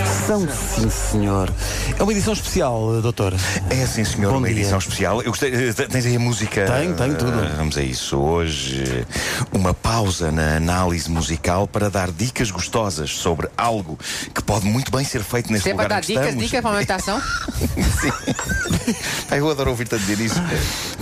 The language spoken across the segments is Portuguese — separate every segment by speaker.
Speaker 1: edição, sim senhor. É uma edição especial, doutor.
Speaker 2: É sim, senhor,
Speaker 1: Bom
Speaker 2: uma
Speaker 1: dia.
Speaker 2: edição especial. Eu gostei, eh, tens aí a música.
Speaker 1: Tenho, tenho
Speaker 2: Ah,
Speaker 1: tudo.
Speaker 2: Vamos a isso. Hoje, uma pausa na análise musical para dar dicas gostosas sobre algo que pode muito bem ser feito neste
Speaker 3: Você vai
Speaker 2: lugar
Speaker 3: dar
Speaker 2: onde
Speaker 3: dicas,
Speaker 2: estamos.
Speaker 3: dicas para uma meditação?
Speaker 2: Ai, eu adoro ouvir-te a dizer isso.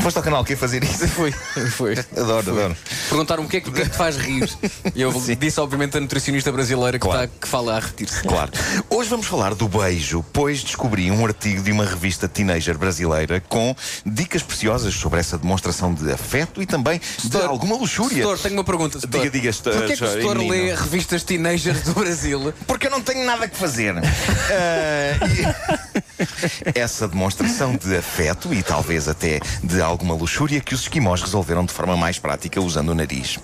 Speaker 2: Foste ao canal que ia fazer isso.
Speaker 4: Foi, foi.
Speaker 2: Adoro, adoro.
Speaker 4: Perguntaram o que é que, o que, é que te faz rir. E eu disse, obviamente, a nutricionista brasileira que,
Speaker 2: Claro. Ah,
Speaker 4: tá- que fala a repetir-se.
Speaker 2: Claro. Hoje vamos falar do beijo, pois descobri um artigo de uma revista teenager brasileira com dicas preciosas sobre essa demonstração de afeto e também de
Speaker 4: Setor,
Speaker 2: alguma luxúria.
Speaker 4: Setor, tenho uma pergunta. Setor.
Speaker 2: Diga, diga, setor,
Speaker 4: Porquê é que o
Speaker 2: setor,
Speaker 4: setor
Speaker 2: menino.
Speaker 4: lê revistas teenagers do Brasil?
Speaker 2: porque eu não tenho nada que fazer. Ah, e- Essa demonstração de afeto e talvez até de alguma luxúria que os esquimós resolveram de forma mais prática usando o nariz.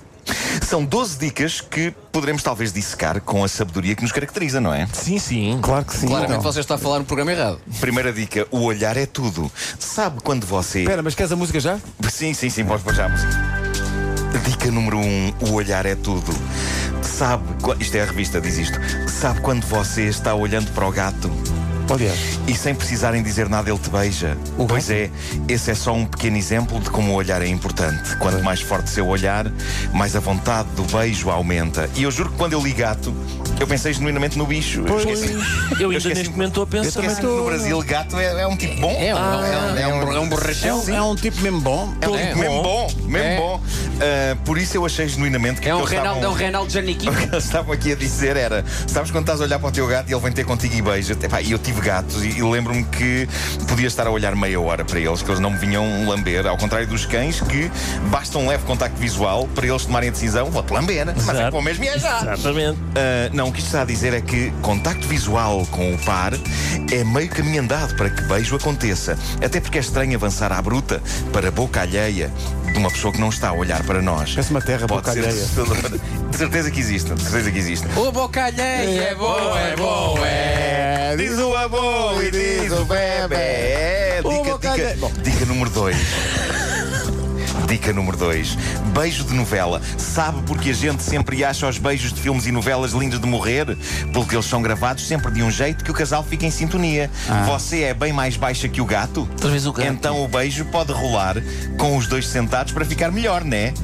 Speaker 2: São 12 dicas que poderemos talvez dissecar com a sabedoria que nos caracteriza, não é?
Speaker 1: Sim, sim. Claro que sim.
Speaker 4: Claramente
Speaker 1: então.
Speaker 4: você está a falar no programa errado.
Speaker 2: Primeira dica: o olhar é tudo. Sabe quando você.
Speaker 1: Espera, mas queres a música já?
Speaker 2: Sim, sim, sim, podes pôr já a música. Dica número 1: um, o olhar é tudo. Sabe. qu- Isto é a revista, diz isto. Sabe quando você está olhando para o gato
Speaker 1: Aliás.
Speaker 2: e sem precisarem dizer nada ele te beija.
Speaker 1: O
Speaker 2: pois é, esse é só um pequeno exemplo de como o olhar é importante. Quanto mais forte seu olhar, mais a vontade do beijo aumenta. E eu juro que quando eu li gato, eu pensei genuinamente no bicho.
Speaker 1: Pois.
Speaker 2: eu esqueci.
Speaker 5: Eu ainda
Speaker 2: esqueci-
Speaker 5: neste momento estou a
Speaker 2: Eu
Speaker 5: pensar.
Speaker 2: esqueci que no Brasil gato é, é um tipo bom.
Speaker 4: É, um- é, um- é um, é um
Speaker 1: É
Speaker 4: borrachão.
Speaker 1: um, é um tipo mesmo bom.
Speaker 2: É um
Speaker 4: é.
Speaker 2: tipo mesmo bom, mesmo
Speaker 4: É.
Speaker 2: bom. Ah, por isso eu achei genuinamente que
Speaker 4: É um
Speaker 2: eles
Speaker 4: Reinaldo, é um
Speaker 2: estavam-
Speaker 4: Reinaldo Janiquinho.
Speaker 2: o que eles estavam aqui a dizer era: sabes quando estás a olhar para o teu gato e ele vem ter contigo e beija? Epá, E eu tive gatos e, e lembro-me que podia estar a olhar meia hora para eles, que eles não me vinham lamber. Ao contrário dos cães, que basta um leve contacto visual para eles tomarem a decisão: vou-te lamber, mas é
Speaker 5: Exato.
Speaker 2: para o mesmo e é já.
Speaker 5: Exatamente.
Speaker 2: Ah, não, o que isto está a dizer é que contacto visual com o par é meio caminho andado para que beijo aconteça. Até porque é estranho avançar à bruta para a boca alheia de uma pessoa que não está a olhar para nós.
Speaker 1: Parece uma terra,
Speaker 2: Pode
Speaker 1: boca
Speaker 2: ser
Speaker 1: alheia.
Speaker 2: assustador. De certeza que existe, de certeza que existe.
Speaker 4: O boca alheia é bom, é bom, é.
Speaker 2: Diz o avô e diz o bebê. É,
Speaker 1: O
Speaker 2: Dica,
Speaker 1: bocadinho.
Speaker 2: dica,
Speaker 1: Bom.
Speaker 2: dica número 2. Dica número 2. Beijo de novela. Sabe porque a gente sempre acha os beijos de filmes e novelas lindos de morrer? Porque eles são gravados sempre de um jeito que o casal fica em sintonia. Você é bem mais baixa que o gato?
Speaker 5: Talvez o gato.
Speaker 2: Então o beijo pode rolar com os dois sentados para ficar melhor, né?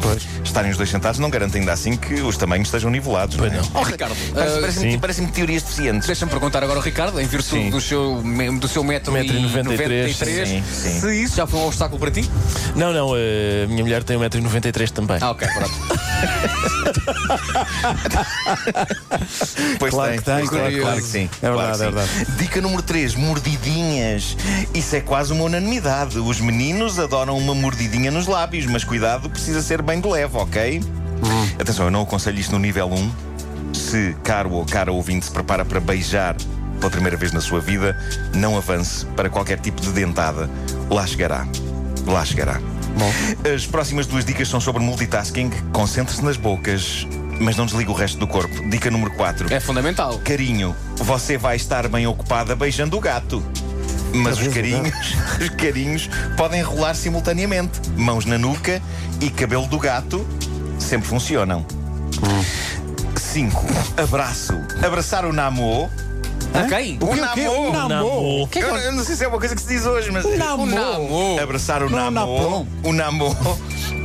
Speaker 1: Pois.
Speaker 2: Estarem os dois sentados não garante ainda assim que os tamanhos estejam nivelados. Pois não. é?
Speaker 4: Oh, Ricardo,
Speaker 2: Parece-
Speaker 4: ah,
Speaker 2: Parece-me parece teorias deficientes.
Speaker 4: Deixa-me perguntar agora ao Ricardo, em virtude
Speaker 5: Sim.
Speaker 4: do seu, me- do seu metro,
Speaker 5: Metro e
Speaker 4: e
Speaker 5: 93,
Speaker 4: 93,
Speaker 2: sim, sim.
Speaker 4: se isso já foi um obstáculo para ti?
Speaker 5: Não, não, a minha mulher tem 1,93m também.
Speaker 4: Ah, ok, pronto.
Speaker 2: Pois
Speaker 1: Claro
Speaker 2: tem.
Speaker 1: que tem,
Speaker 2: claro,
Speaker 4: claro.
Speaker 2: que sim.
Speaker 1: É
Speaker 2: claro
Speaker 1: verdade,
Speaker 2: que
Speaker 1: é
Speaker 2: sim. Dica número 3, mordidinhas. Isso é quase uma unanimidade. Os meninos adoram uma mordidinha nos lábios, mas cuidado, precisa ser bem de leve, ok?
Speaker 1: Hum.
Speaker 2: Atenção, eu não aconselho isto no nível 1. Se caro ou cara ouvinte se prepara para beijar pela primeira vez na sua vida, não avance para qualquer tipo de dentada. Lá chegará. Lá chegará. As próximas duas dicas são sobre multitasking. Concentre-se nas bocas, mas não desligue o resto do corpo. Dica número 4.
Speaker 4: É fundamental.
Speaker 2: Carinho, você vai estar bem ocupada beijando o gato. Mas os carinhos, os carinhos podem rolar simultaneamente. Mãos na nuca e cabelo do gato sempre funcionam. 5. Abraço. Abraçar o namô.
Speaker 4: A quem? é
Speaker 2: O
Speaker 1: quê, o quê?
Speaker 2: namô.
Speaker 1: O namô.
Speaker 5: Namor.
Speaker 2: Eu, eu não sei se é uma coisa que se diz hoje, mas.
Speaker 1: Namô.
Speaker 4: O namor.
Speaker 2: Abraçar o
Speaker 1: Não, é
Speaker 2: namô.
Speaker 1: não,
Speaker 2: O namô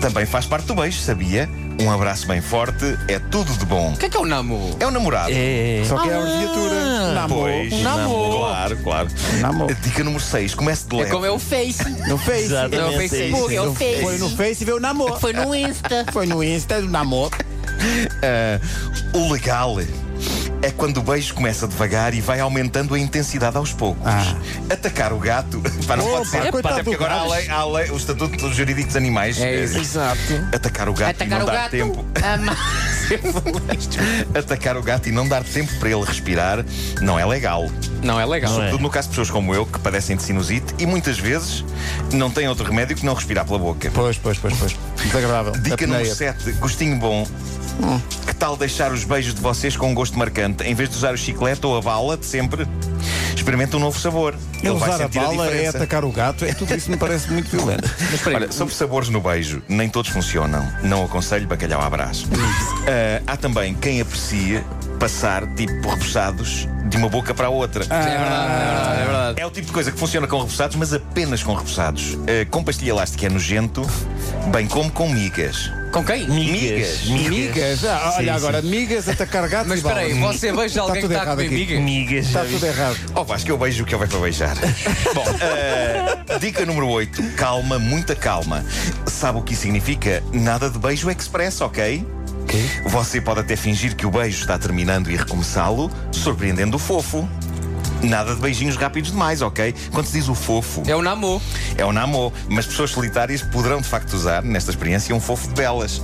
Speaker 2: também faz parte do beijo, sabia? Um abraço bem forte é tudo de bom.
Speaker 4: O que é que é o namor?
Speaker 2: É o namorado.
Speaker 5: É.
Speaker 1: Só que é a abreviatura. Namor.
Speaker 2: Pois,
Speaker 4: namor.
Speaker 2: Claro, claro.
Speaker 1: Namor.
Speaker 2: Dica número 6, comece de
Speaker 4: É
Speaker 2: leve.
Speaker 4: como é o Face.
Speaker 1: No Face.
Speaker 5: Exatamente.
Speaker 4: Não, foi
Speaker 1: é
Speaker 4: sim.
Speaker 5: Isso.
Speaker 4: Foi,
Speaker 1: No- Foi no Face e vê o namor.
Speaker 3: Foi no Insta.
Speaker 1: Foi no Insta do namor.
Speaker 2: Ah, o legal é quando o beijo começa devagar e vai aumentando a intensidade aos poucos.
Speaker 1: Ah.
Speaker 2: Atacar o gato, pá, não
Speaker 1: Opa,
Speaker 2: pode ser.
Speaker 1: coitado
Speaker 2: Até porque
Speaker 1: do
Speaker 2: agora há,
Speaker 1: gato.
Speaker 2: lei, há lei- o Estatuto dos Jurídicos dos Animais.
Speaker 4: É
Speaker 2: eh,
Speaker 4: isso.
Speaker 3: Exato.
Speaker 2: Atacar o gato e
Speaker 3: Atacar
Speaker 2: não
Speaker 3: o
Speaker 2: dar
Speaker 3: gato. É,
Speaker 2: tempo.
Speaker 3: Ama.
Speaker 2: Atacar o gato e não dar tempo para ele respirar não é legal.
Speaker 4: Não é legal.
Speaker 5: Não é.
Speaker 2: Tudo no caso de pessoas como eu que padecem de sinusite e muitas vezes não têm outro remédio que não respirar pela boca.
Speaker 1: Pois, pois, pois, pois. Desagradável.
Speaker 2: Dica número
Speaker 1: Apneia.
Speaker 2: 7, gostinho bom. Que tal deixar os beijos de vocês com um gosto marcante? Em vez de usar o chiclete ou a bala de sempre, experimenta um novo sabor.
Speaker 1: Ele usar
Speaker 2: vai
Speaker 1: a
Speaker 2: sentir
Speaker 1: bala é
Speaker 2: diferença.
Speaker 1: atacar o gato, é tudo isso me parece muito violento.
Speaker 4: Mas espera aí.
Speaker 2: Olha, sobre sabores no beijo, nem
Speaker 1: Hum.
Speaker 2: todos funcionam. Não aconselho bacalhau à brás. Ah, há também quem aprecie passar, tipo, repousados de uma boca para a outra.
Speaker 1: Ah.
Speaker 4: É verdade, é verdade, é verdade.
Speaker 2: É o tipo de coisa que funciona com repousados, mas apenas com repousados. Eh, com pastilha elástica é nojento, bem como com migas.
Speaker 4: Com quem? Ah,
Speaker 2: Migas.
Speaker 1: Migas? Ah, olha
Speaker 2: Sim,
Speaker 1: agora, migas atacar gatos
Speaker 4: Mas
Speaker 1: e
Speaker 4: espera aí,
Speaker 1: balas.
Speaker 4: você beija alguém
Speaker 1: Tá tudo
Speaker 4: que tá está a
Speaker 1: errado
Speaker 4: comer
Speaker 1: aqui.
Speaker 4: migas?
Speaker 2: Migas.
Speaker 1: Está Tá tudo errado.
Speaker 2: Oh, Vasco, eu beijo o que ele vai para beijar. Bom, eh, dica número 8. Calma, muita calma. Sabe o que isso significa? Nada de beijo express, ok? Você pode até fingir que o beijo está terminando e recomeçá-lo, surpreendendo o fofo. Nada de beijinhos rápidos demais, ok? Quando se diz o fofo,
Speaker 4: É o namor.
Speaker 2: é o namor, mas pessoas solitárias poderão de facto usar, nesta experiência, um fofo de belas,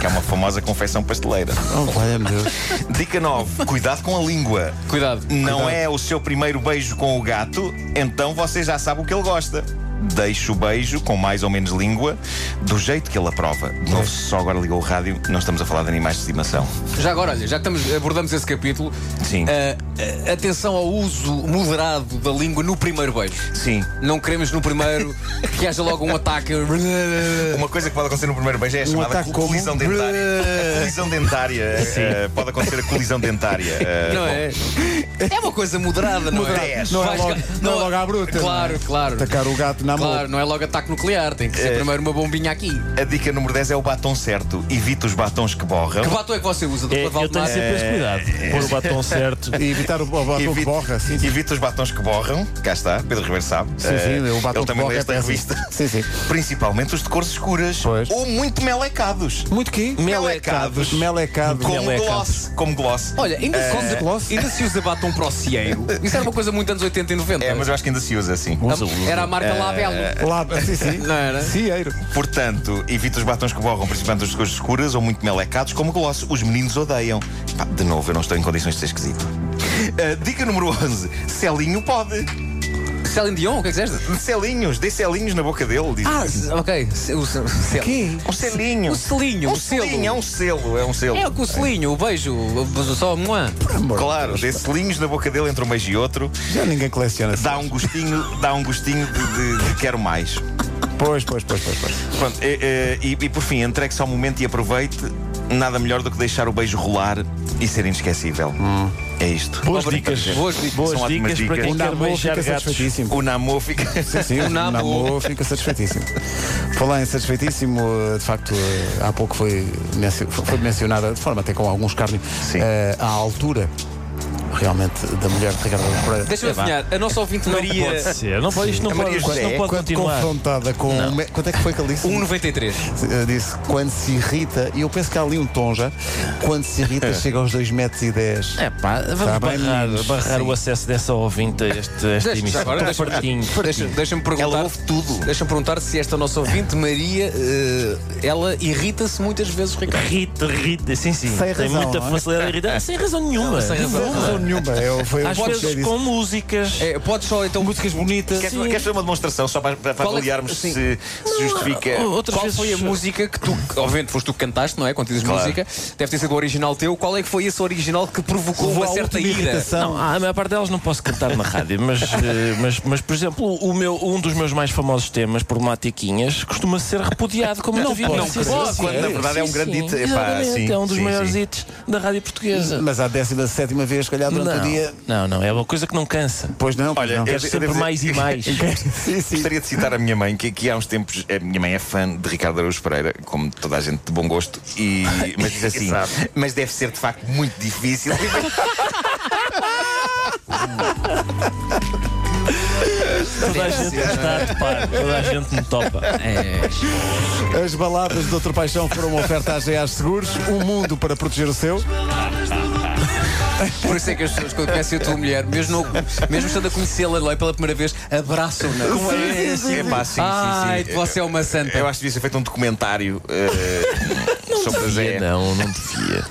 Speaker 2: que é uma famosa confecção pasteleira.
Speaker 1: Oh, valha-me Deus.
Speaker 2: Dica 9. Cuidado com a língua.
Speaker 4: Cuidado.
Speaker 2: Não é o seu primeiro beijo com o gato, então você já sabe o que ele gosta. Deixe o beijo com mais ou menos língua, do jeito que ele aprova. De novo, se só agora ligou o rádio, não estamos a falar de animais de estimação.
Speaker 4: Já agora, olha, já que estamos, abordamos esse capítulo,
Speaker 2: Sim.
Speaker 4: ah, ah, atenção ao uso moderado da língua no primeiro beijo.
Speaker 2: Sim.
Speaker 4: Não queremos no primeiro que haja logo um
Speaker 1: É
Speaker 4: ataque.
Speaker 2: Uma coisa que pode acontecer no primeiro beijo é a chamada
Speaker 1: ataque
Speaker 2: co- colisão
Speaker 1: como?
Speaker 2: dentária. A colisão dentária. eh, pode acontecer a colisão dentária. eh,
Speaker 4: Não é? É uma coisa moderada, não é?
Speaker 2: Moderada.
Speaker 1: Não é
Speaker 4: Vais
Speaker 1: logo-
Speaker 4: ca-
Speaker 1: não é logo à bruta,
Speaker 4: Claro,
Speaker 1: não
Speaker 4: claro.
Speaker 1: Atacar É. o gato na mão.
Speaker 4: Claro, não é logo ataque nuclear, tem que ser primeiro uma bombinha aqui.
Speaker 2: A dica número 10 é o batom certo. Evite os batons que borram.
Speaker 4: Que batom é que você usa? Do
Speaker 5: É,
Speaker 4: Clodoaldo
Speaker 5: eu tenho
Speaker 4: Maia?
Speaker 5: sempre esse cuidado. Pôr o batom certo.
Speaker 1: É. E evitar o, o batom que
Speaker 2: Evite-
Speaker 1: borra, sim, sim.
Speaker 2: Evite os batons que borram. Cá está, Pedro Ribeiro sabe.
Speaker 1: Sim, sim,
Speaker 2: Eh,
Speaker 1: o batom
Speaker 2: ele
Speaker 1: que
Speaker 2: também
Speaker 1: borra
Speaker 2: lê
Speaker 1: é
Speaker 2: esta
Speaker 1: péssimo.
Speaker 2: revista.
Speaker 1: Sim, sim.
Speaker 2: Principalmente os de cores escuras.
Speaker 1: Pois.
Speaker 2: Ou muito melecados.
Speaker 1: Muito quê?
Speaker 2: Melecados.
Speaker 1: Melecado.
Speaker 2: Como
Speaker 5: Melecados.
Speaker 2: gloss. Como gloss.
Speaker 4: Olha, ainda,
Speaker 2: É.
Speaker 1: Conde Cloth?
Speaker 4: se, ainda se usa batom procieiro. Isso era uma coisa muito anos 80 e 90.
Speaker 2: É, mas eu acho que ainda se usa assim.
Speaker 1: é
Speaker 4: Era a marca Labelo.
Speaker 2: um
Speaker 1: Lá, sim, sim.
Speaker 4: Não era?
Speaker 1: Cieiro.
Speaker 2: Portanto, evite os batons que borram, principalmente os de cores escuras ou muito melecados, como gloss. Os meninos odeiam. Pá, de novo, eu não estou em condições de ser esquisito. Eh, dica número 11. Celinho pode.
Speaker 4: Celine Dion, o que é que disseste?
Speaker 2: Celinhos. Dê celinhos na boca dele. Diz.
Speaker 4: Ah, s- ok. Se- O se- selo.
Speaker 1: Quê?
Speaker 2: um selinho.
Speaker 4: O selinho,
Speaker 2: Um
Speaker 4: o selo.
Speaker 2: selinho, é um selo. É um selo.
Speaker 4: É o que o selinho, o beijo, o- o- só moã.
Speaker 2: Claro, dê selinhos na boca dele entre um beijo e outro,
Speaker 1: Já ninguém coleciona. assim.
Speaker 2: dá um gostinho, dá um gostinho de, de- de quero mais.
Speaker 1: Pois, pois, pois, pois. pois.
Speaker 2: Pronto, e, e- e por fim, entregue-se ao momento e aproveite. Nada melhor do que deixar o beijo rolar e ser inesquecível. É isto.
Speaker 5: Boas
Speaker 4: Obrigado.
Speaker 5: dicas.
Speaker 4: Hum. Boas dicas.
Speaker 5: Boas
Speaker 2: São ótimas
Speaker 5: dicas para
Speaker 2: dicas.
Speaker 5: quem
Speaker 1: O
Speaker 5: quer
Speaker 1: Namor
Speaker 5: beijar
Speaker 1: fica
Speaker 5: gatos.
Speaker 1: satisfeitíssimo.
Speaker 2: O Namor fica.
Speaker 1: Sim, sim, o
Speaker 4: Namo.
Speaker 1: Namor fica satisfeitíssimo. Falar em satisfeitíssimo, eh, de facto, eh, há pouco foi, mencio- foi mencionada, de forma até com algum escárnio,
Speaker 2: Sim.
Speaker 1: eh, a altura realmente da mulher de Ricardo Araújo Pereira.
Speaker 2: É,
Speaker 4: Deixa-me adivinhar, a nossa ouvinte Maria.
Speaker 5: Pode ser. Não pode, isto não
Speaker 2: A Maria
Speaker 5: pode, isto
Speaker 2: José,
Speaker 5: não pode
Speaker 1: Quando
Speaker 5: continuar.
Speaker 1: confrontada com. um me- Quanto é que foi que ele disse?
Speaker 4: 1,93.
Speaker 1: Eh, disse quando se irrita, e eu penso que há ali um tom já, quando se irrita chega aos 2,10 metros e dez.
Speaker 5: É pá, vamos
Speaker 1: Está Tá bem,
Speaker 5: barrar,
Speaker 1: meninos.
Speaker 5: barrar
Speaker 1: Sim.
Speaker 5: o acesso dessa ouvinte a este, a esta
Speaker 4: Deixa- já
Speaker 5: emissão.
Speaker 4: agora, deixa-
Speaker 5: Partinho.
Speaker 4: Deixa- Deixa-me perguntar.
Speaker 2: Ela ouve tudo.
Speaker 4: Deixa-me perguntar se esta nossa ouvinte Maria, eh, ela irrita-se muitas vezes, Ricardo.
Speaker 5: Rita, Rita, sim, sim.
Speaker 1: Sem
Speaker 5: Tem
Speaker 1: razão,
Speaker 5: muita
Speaker 1: não é?
Speaker 5: facilidade de irritar. Sem razão nenhuma.
Speaker 4: sem razão.
Speaker 1: Não
Speaker 2: é?
Speaker 1: razão nenhuma, eu, foi
Speaker 5: Às
Speaker 1: eu que
Speaker 5: vezes
Speaker 1: disse.
Speaker 5: com músicas.
Speaker 4: É, pode só então. Músicas bonitas.
Speaker 2: Queres, queres fazer uma demonstração só para, para
Speaker 4: Qual é que-
Speaker 2: avaliarmos
Speaker 4: sim.
Speaker 2: se, se justifica?
Speaker 5: ou- outras
Speaker 4: Qual
Speaker 5: vezes-
Speaker 4: foi a música que tu, que, obviamente, foste tu que cantaste, não é? Quando dizes
Speaker 2: Claro.
Speaker 4: música, deve ter sido o original teu. Qual é que foi esse original que provocou
Speaker 1: Levou
Speaker 4: uma
Speaker 1: à
Speaker 4: certa
Speaker 1: última
Speaker 4: ira?
Speaker 1: irritação.
Speaker 5: Não, ah, a maior parte delas não posso cantar na rádio, mas, eh, mas, mas por exemplo, o meu, um dos meus mais famosos temas, Problematiquinhas, costuma ser repudiado como não,
Speaker 4: pode ser.
Speaker 2: Quando, na verdade, é um grande hit. Epá, sim,
Speaker 5: é um dos
Speaker 2: sim,
Speaker 5: maiores
Speaker 2: sim.
Speaker 5: hits da rádio portuguesa.
Speaker 1: Mas à 17 vez, se calhar, durante o dia.
Speaker 5: não, não, é uma coisa que não cansa.
Speaker 1: Pois não,
Speaker 2: Olha,
Speaker 1: pois não.
Speaker 2: eu-
Speaker 5: Queres sempre
Speaker 2: devo dizer-
Speaker 5: mais e mais.
Speaker 1: Sim, sim.
Speaker 2: Gostaria de citar a minha mãe, que aqui há uns tempos a minha mãe é fã de Ricardo Araújo Pereira, como toda a gente de bom gosto, e, mas diz assim: mas deve ser de facto muito difícil.
Speaker 5: Toda a gente está a topar, toda a gente me topa.
Speaker 1: As baladas do Doutor Paixão foram uma oferta à GA Seguros, um mundo para proteger o seu.
Speaker 4: Por isso é que as pessoas, quando conhecem a tua mulher, mesmo, não- mesmo estando a conhecê-la lá pela primeira vez, abraçam-na.
Speaker 2: É, sim, epá, sim, sim,
Speaker 4: Ai,
Speaker 2: sim.
Speaker 4: você é uma santa.
Speaker 2: Eu acho que devia ser feito um documentário eh, um sobre a Zé.
Speaker 5: Não, não devia.